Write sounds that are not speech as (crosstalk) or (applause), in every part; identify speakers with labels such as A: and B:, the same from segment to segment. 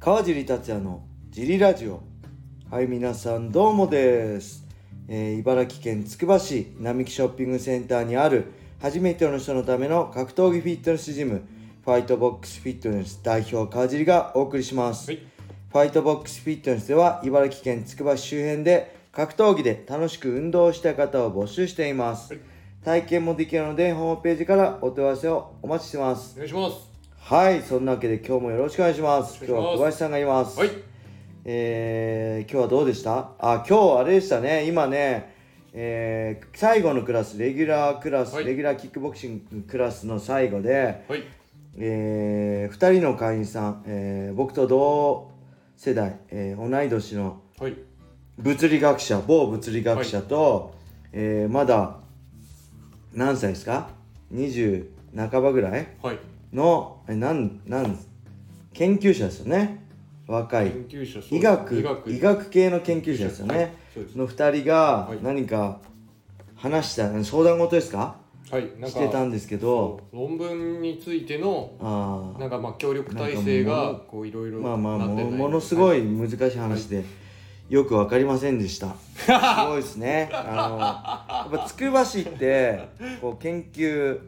A: 川尻達也のジリラジオはい皆さんどうもです、えー茨城県つくば市並木ショッピングセンターにある初めての人のための格闘技フィットネスジムファイトボックスフィットネス代表川尻がお送りします、
B: はい
A: ファイトボックスフィットネスでは茨城県つくば市周辺で格闘技で楽しく運動をしたい方を募集しています、
B: はい
A: 体験もできるのでホームページからお問い合わせをお待ちしてます
B: お願いします
A: はいそんなわけで今日もよろしくお願いします
B: よ
A: 今日は
B: ろしくお願いします
A: 小林さんがいます
B: はい
A: えー今日はどうでしたあ今日あれでしたね今ねえー最後のクラスレギュラークラス、
B: はい
A: レギュラーキックボクシングクラスの最後で、
B: はい
A: え2人の会員さん、えー僕と同世代、えー同い年の
B: はい
A: 物理学者某物理学者と、えーまだ何歳ですか20半ばぐらい
B: はい
A: のえなんなん研究者ですよね若い
B: 研究者そう
A: 医学
B: 医
A: 医
B: 学
A: 学系の研究者ですよ
B: はい
A: ね、
B: そうです
A: の2人が
B: はい
A: 何か話した相談事ですか
B: はいなん
A: してた
B: か
A: んですけど
B: 論文についての
A: あー
B: なんかまあ協力体
A: な
B: 制
A: んか
B: が
A: も
B: こういろいろ
A: まあまあ
B: なって
A: も
B: ない
A: ものすごい難しい話で、よく分かりませんでしたすごいですねあのやっぱつくば市ってこう研究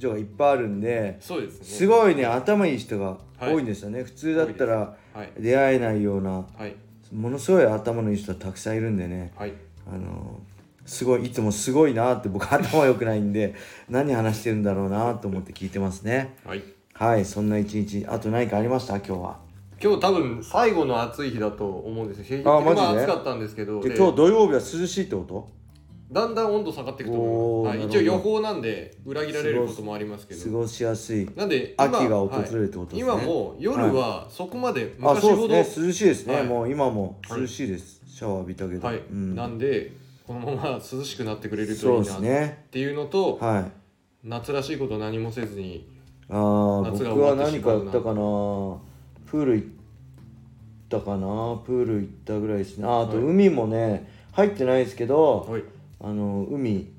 A: 所がいっぱいあるんで
B: そうですね
A: すごいね頭いい人が多いんですよね、普通だったら
B: はい
A: 出会えないような
B: はい
A: ものすごい頭のいい人はたくさんいるんでね
B: はい
A: あのすごいいつもすごいなって僕頭良くないんで (laughs) 何話してるんだろうなと思って聞いてますね
B: はい
A: はいそんな一日あと何かありました今日は
B: 今日多分最後の暑い日だと思うんですよ平日
A: あマジで
B: まあ暑かったんですけど
A: で
B: で
A: 今日土曜日は涼しいってこと
B: だんだん温度下がっていくと
A: お
B: 思
A: ー
B: います、はい、
A: なる
B: 一
A: ほ
B: 応
A: ど
B: 予報なんで裏切られることもありますけ
A: 過
B: ど
A: ごしやすい
B: なんで今
A: 秋が訪れるってことですね
B: はい今もう夜はそこまで
A: あ
B: 昔ほど、
A: そうですね涼しいですね、
B: はい
A: もう今も
B: はい
A: 涼しいです、シャワー浴びたけど、
B: はい、
A: うん、
B: なんでこのまま涼しくなってくれると
A: そ
B: いうい
A: で
B: な
A: す
B: っ
A: ね
B: ていうのと、
A: はい
B: 夏らしいこと何もせずに
A: あー
B: 夏が
A: 僕は
B: 終わっ
A: 何
B: てし
A: か
B: ま
A: や
B: う
A: っ
B: な
A: たかなプール行ったかなプール行ったぐらいですねああと
B: はい
A: 海もね入ってないですけど、
B: はい
A: あの海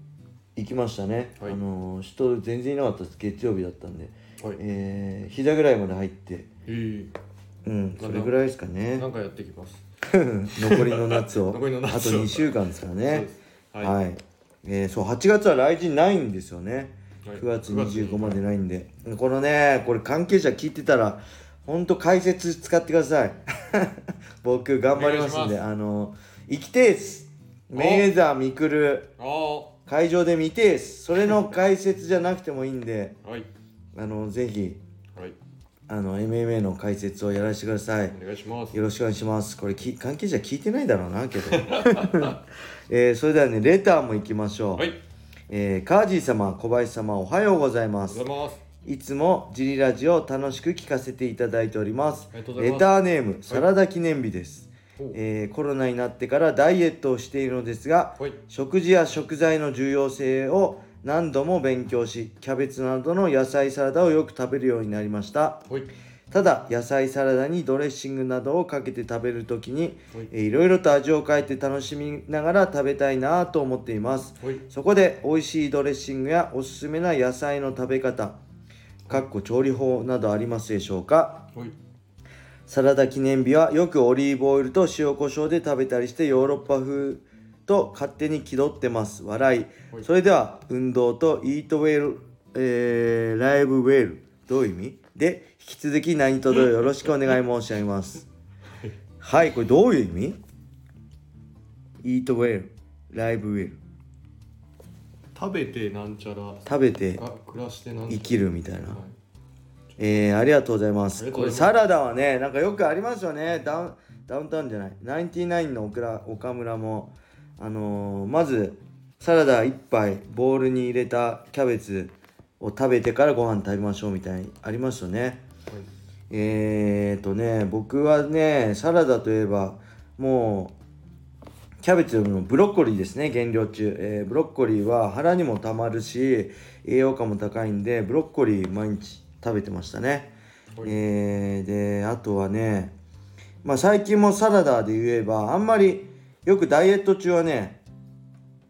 A: 行きましたね、
B: はい
A: あの人全然いなかったです月曜日だったんで、
B: はい
A: えー、膝ぐらいまで入って
B: え
A: うんそれぐらいですかね
B: ー、なんかやってきます
A: 残りの夏を
B: (laughs) 残りの夏を
A: あと2週間ですから
B: そう
A: ね
B: です
A: は、
B: はいい
A: えーそう8月は来日ないんですよね、
B: はい
A: 9月25までないんでこのねこれ関係者聞いてたらほんと解説使ってください (laughs) 僕頑張りますん
B: お願い
A: で
B: し
A: あの行きてえっすメーザーみくる
B: ああ
A: 会場で見てえっすそれの解説じゃなくてもいいんで (laughs)
B: はい
A: あのぜひ
B: はい
A: あの MMA の解説をやらせてください
B: お願いします
A: よろしくお願いします。これき関係者聞いてないだろうな
B: (laughs)
A: けど。えーそれではねレターも行きましょう。
B: はいあり
A: えーカージー様、小林様おはようございま
B: が
A: す
B: とう。ございます
A: いつもジリラジオを楽しく聞かせていただいております。
B: ありがとうござい
A: レ
B: ます
A: ターネームサラダ記念日です、
B: おう
A: えーコロナになってからダイエットをしているのですが、
B: はい
A: 食事や食材の重要性を何度も勉強し、キャベツなどの野菜サラダをよく食べるようになりました。
B: はい
A: ただ野菜サラダにドレッシングなどをかけて食べるときに、
B: はい
A: えーいろいろと味を変えて楽しみながら食べたいなと思っています
B: はい
A: そこで美味しいドレッシングやおすすめな野菜の食べ方かっこ調理法などありますでしょうか
B: はい
A: サラダ記念日はよくオリーブオイルと塩コショウで食べたりしてヨーロッパ風と勝手に気取ってます笑い、
B: はい
A: それでは運動とイートウェル、えーライブウェルどういう意味で引き続き何とぞよろしくお願い申し上げますはいこれどういう意味イートウェルライブウェル
B: 食べてなんちゃら
A: 食べて
B: あ暮らしてなんち
A: 生
B: ゃら
A: きるみたいな
B: は
A: えー、ありがとうございます
B: ありがと
A: こ
B: う
A: れ
B: ござ
A: サラダはねなんかよくありますよねダウンダウンタウンじゃないナインティナインのオクラ岡村もあのーまずサラダ1杯ボウルに入れたキャベツを食べてからご飯食べましょうみたいにありますよね
B: い
A: えー、とね僕はねサラダといえばもうキャベツのブロッコリーですね減量中、えーブロッコリーは腹にもたまるし栄養価も高いんでブロッコリー毎日食べてましたね、
B: はい
A: えーであとはねまあ最近もサラダで言えばあんまりよくダイエット中はね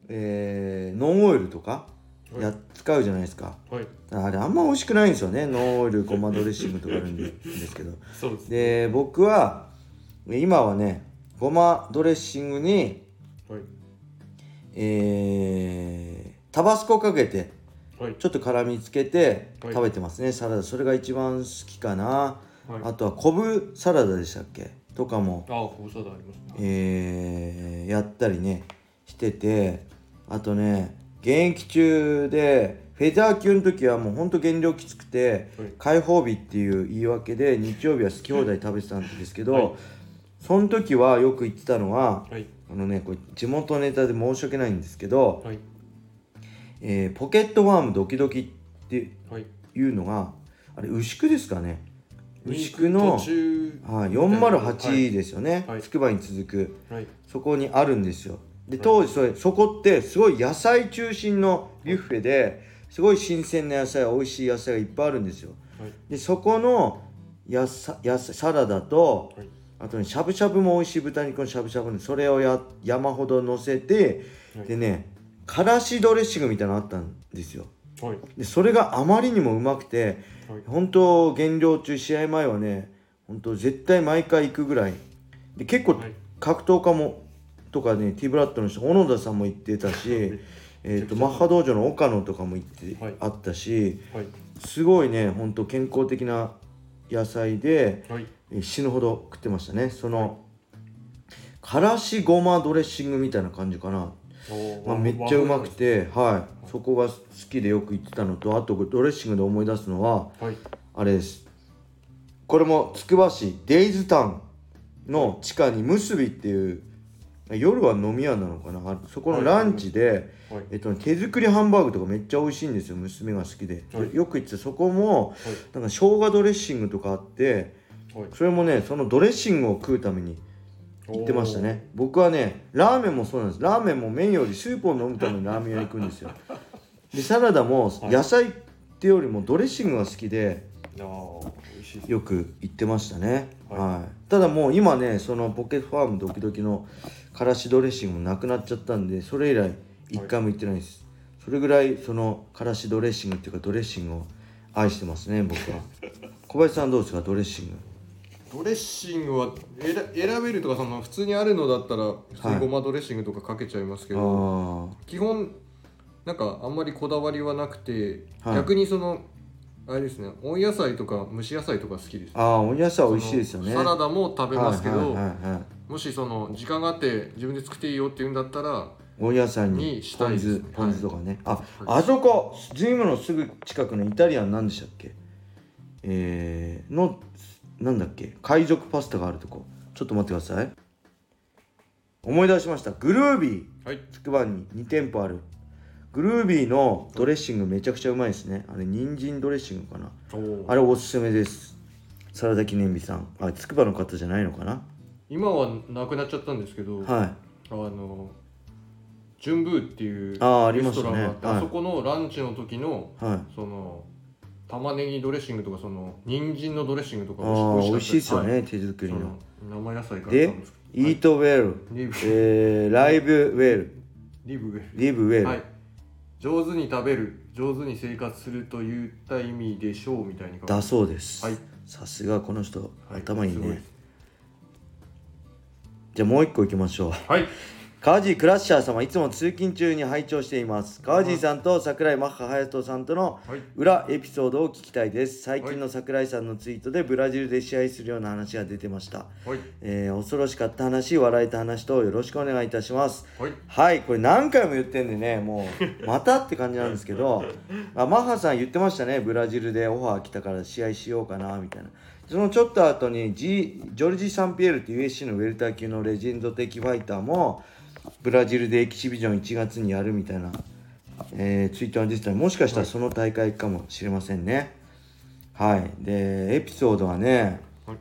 A: えーノンオイルとか
B: はい
A: やっ使うじゃないですか
B: はい
A: あれあんま美味しくないんですよねノンオイルごまドレッシングとかあるんでですけど
B: そうですね
A: で僕は今はねごまドレッシングに、
B: はい
A: えータバスコかけて
B: はい
A: ちょっと辛みつけて
B: はい
A: 食べてますね、サラダそれが一番好きかな、
B: はい
A: あとは昆布サラダでしたっけとかも
B: ああ、ご無沙汰ありますね。
A: えーやったりねしててあとね現役中でフェザー級の時はもうほんと減量きつくて
B: はい
A: 解放日っていう言い訳で日曜日は好き放題食べてたんですけど、
B: はい
A: その時はよく言ってたのは
B: はい。
A: あのねこれ地元ネタで申し訳ないんですけど、
B: はい。
A: えーポケットワームドキドキって
B: はい。
A: いうのがあれ牛久ですかね牛久
B: 途
A: の、
B: 中。
A: はい、
B: はい
A: 408ですよね、
B: はい
A: つくばに続く。
B: はい。
A: そこにあるんですよで当時それそこってすごい野菜中心のビュッフェですごい新鮮な野菜美味しい野菜がいっぱいあるんですよ
B: はい。
A: でそこのやさやさサラダと
B: はい。
A: あとねしゃぶしゃぶも美味しい豚肉のしゃぶしゃぶねそれをや山ほど乗せて
B: はい
A: でねからしドレッシングみたいなのあったんですよ
B: はい。
A: でそれがあまりにもうまくて
B: はい。
A: 本当減量中試合前はね本当絶対毎回行くぐらいで結構
B: はい
A: 格闘家もとかね T ブラッドの人小野田さんも行ってたしえーと
B: めち
A: マ
B: ゃくちゃ
A: ッハ道場の岡野とかも行って、
B: はい
A: あったし
B: はい。
A: すごいね本当健康的な野菜で
B: はい。
A: えー死ぬほど食ってましたねその、からしごまドレッシングみたいな感じかな
B: おー
A: まあ、めっちゃうまく。て、はい、そこが好きでよく行ってたのとあとドレッシングで思い出すのは
B: はい。
A: あれですこれもつくば市デイズタウンの地下に結びっていう夜は飲み屋なのかなあそこのランチで、
B: はい。
A: えっとね、手作りハンバーグとかめっちゃ美味しいんですよ娘が好きで、
B: はい
A: よく行ってたそこも
B: はい。
A: なんか生姜ドレッシングとかあって
B: はい。
A: それもねそのドレッシングを食うために行ってましたね僕はねラーメンもそうなんですラーメンも麺よりスープを飲むためにラーメン屋行くんですよでサラダも
B: はい
A: 野菜ってよりもドレッシングが好きで
B: おー。ああ、美味しいです。
A: よく行ってましたね、は
B: はいい
A: ただもう今ねそのポケットファームドキドキのからしドレッシングもなくなっちゃったんでそれ以来一回も行ってないです、それぐらいそのからしドレッシングっていうかドレッシングを愛してますね僕
B: (laughs)
A: は小林さんどうですかドレッシング
B: ドレッシングはえら選べるとかその普通にあるのだったら普通
A: はい
B: にごまドレッシングとかかけちゃいますけ
A: あ
B: ど、基本なんかあんまりこだわりはなくて、
A: はい
B: 逆にそのあれですね温野菜とか蒸し野菜とか好きです
A: ーあーお野菜美味しいですよね
B: そのサラダも食べますけど、
A: はいはいはいはい
B: もしその時間があって自分で作っていいよって言うんだったら
A: お野菜に
B: にし
A: ポ
B: たい
A: ン
B: です
A: 酢
B: ね
A: ポン酢とかね、ああそこジムのすぐ近くのイタリアンなんでしたっけえー、のなんだっけ海賊パスタがあるとこちょっと待ってください思い出しましたグルービー
B: はい
A: つくばに2店舗あるグルービーのドレッシングめちゃくちゃうまいですねあれ人参ドレッシングかなあれおすすめですサラダ記念日さんあつくばの方じゃないのかな
B: 今はなくなっちゃったんですけど、あ
A: はい
B: のジュンブーっていう
A: あーあり
B: レ
A: ま
B: ス
A: す
B: ト
A: ね
B: ランがあって
A: はい
B: あそこのランチの時の
A: はい
B: その玉ねぎドレッシングとかその人参のドレッシングとか
A: ああ美味しいですよね、
B: はい
A: 手作りの
B: その生野菜から
A: で
B: 多分作っ
A: 「
B: てはい
A: Eat Well」
B: リブ
A: えー、ライブウェル、
B: リブウェル
A: リブウェル、
B: はい、上手に食べる上手に生活するといった意味でしょうみたいに書いて
A: だそうです。
B: はい
A: さすがこの人、
B: はい
A: 頭いい
B: すご
A: ね。
B: です
A: じゃあもう一個いきましょう。
B: はい
A: 川地クラッシャー様、いつも通勤中に拝聴しています。川地さんと桜井マッハ隼人さんとの
B: はい
A: 裏エピソードを聞きたいです。最近の桜井さんのツイートでブラジルで試合するような話が出てました。
B: はい
A: えー恐ろしかった話、笑えた話とよろしくお願いいたします。
B: はい
A: はいこれ何回も言ってんでねもう (laughs) またって感じなんですけどあマッハさん言ってましたねブラジルでオファー来たから試合しようかなみたいなそのちょっと後に、ジジョルジ・サンピエールっていう USC のウェルター級のレジェンド的ファイターもブラジルでエキシビジョン1月にやるみたいな、えーツイートが出てたもしかしたらその大会かもしれませんねはいでエピソードはね、
B: はい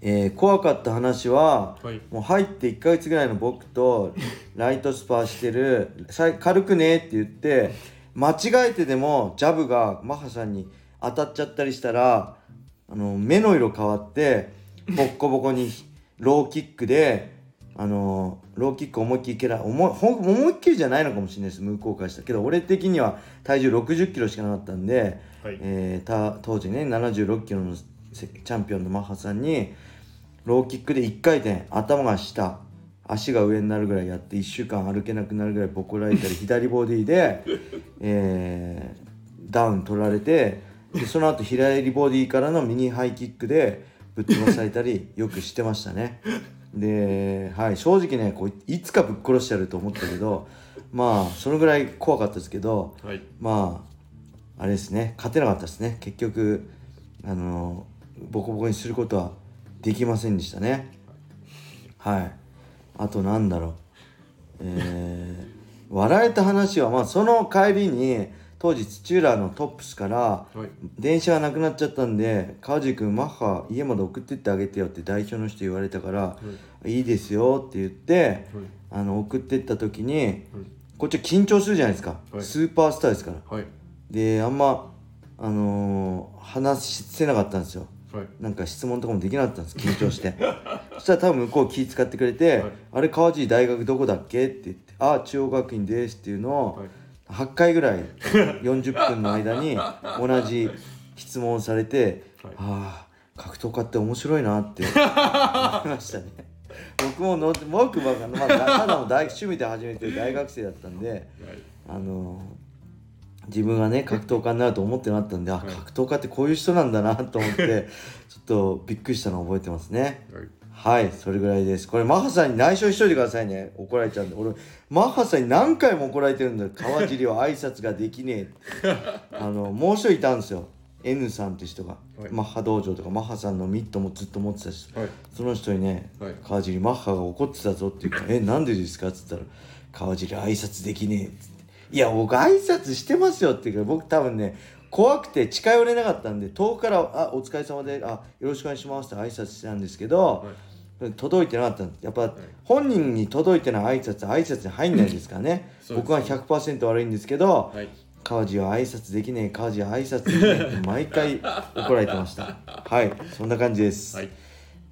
A: えー怖かった話は
B: はい
A: もう入って1ヶ月ぐらいの僕
B: (laughs)
A: とライトスパーしてる「さい軽くね」って言って間違えてでもジャブがマッハさんに当たっちゃったりしたらあの目の色変わってボッコボコにローキックであのローキック思いっきり蹴ら思いほん思いっきりじゃないのかもしれないです向こうからしたらけど俺的には体重6 0キロしかなかったんで、
B: はい
A: えーた当時ね7 6キロのせチャンピオンのマッハさんにローキックで1回転頭が下足が上になるぐらいやって1週間歩けなくなるぐらいボコられ
B: (laughs)
A: たり左ボディで、えーダウン取られてでその後左ボディからのミニハイキックでぶっ飛ばされたりよくしてましたね。で、はい、正直ねこういつかぶっ殺してやると思ったけどまあそのぐらい怖かったですけど
B: はい
A: まああれですね勝てなかったですね結局あのボコボコにすることはできませんでしたねはいあとなんだろうえー、 (laughs) 笑えた話はまあその帰りに当時土浦のトップスから
B: はい
A: 電車がなくなっちゃったんで川地君マッハ家まで送ってってあげてよって代表の人言われたから「いいですよ」って言ってあの送ってった時にこっちは緊張するじゃないですか、
B: はい
A: スーパースターですから
B: はいはい
A: であんまあのー話せなかったんですよ
B: はい
A: なんか質問とかもできなかったんです緊張
B: (laughs)
A: してそしたら多分向こう気使ってくれて「
B: はい
A: あれ川地大学どこだっけ?」って言って「あ中央学院です」っていうのを
B: はい
A: 8回ぐらい40分の間に同じ質問をされて「
B: はい
A: ああ格闘家って面白いな」って思いましたね僕もの僕は、まあ、ただの大趣味で始めてる大学生だったんで。
B: はい
A: あの自分がね格闘家になると思ってなかったんで、あ
B: はい
A: 格闘家ってこういう人なんだなと思って
B: (laughs)
A: ちょっとびっくりしたのを覚えてますね
B: はい
A: はいそれぐらいですこれマハさんに内緒にしといてくださいね怒られちゃうんで俺マハさんに何回も怒られてるんだよ川尻は挨拶ができね
B: (laughs)
A: えあのもう一人いたんですよ N さんって人が、
B: はい
A: マッハ道場とかマッハさんのミットもずっと持ってたし
B: はい
A: その人にね、
B: はい
A: 川尻マッハが怒ってたぞって言うから「えなんでですか?」っつったら「川尻挨拶できねえ」っつって「いや僕挨拶してますよ」って言うから僕多分ね怖くて近寄れなかったんで遠くから「あお疲れ様であよろしくお願いします」って挨拶したんですけど、
B: はい
A: 届いてなかったんですやっぱ、本人に届いてない挨拶は挨拶に入んないですからね
B: そうです
A: 僕は100%悪いんですけど、
B: はい
A: 川地は挨拶できねえ川地は挨拶できねえって毎回怒られてましたはいそんな感じです、
B: はい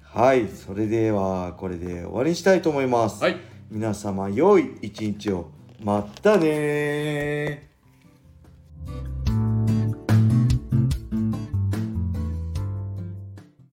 A: はい、それではこれで終わりにしたいと思います。
B: はい
A: 皆様良い一日を。またねー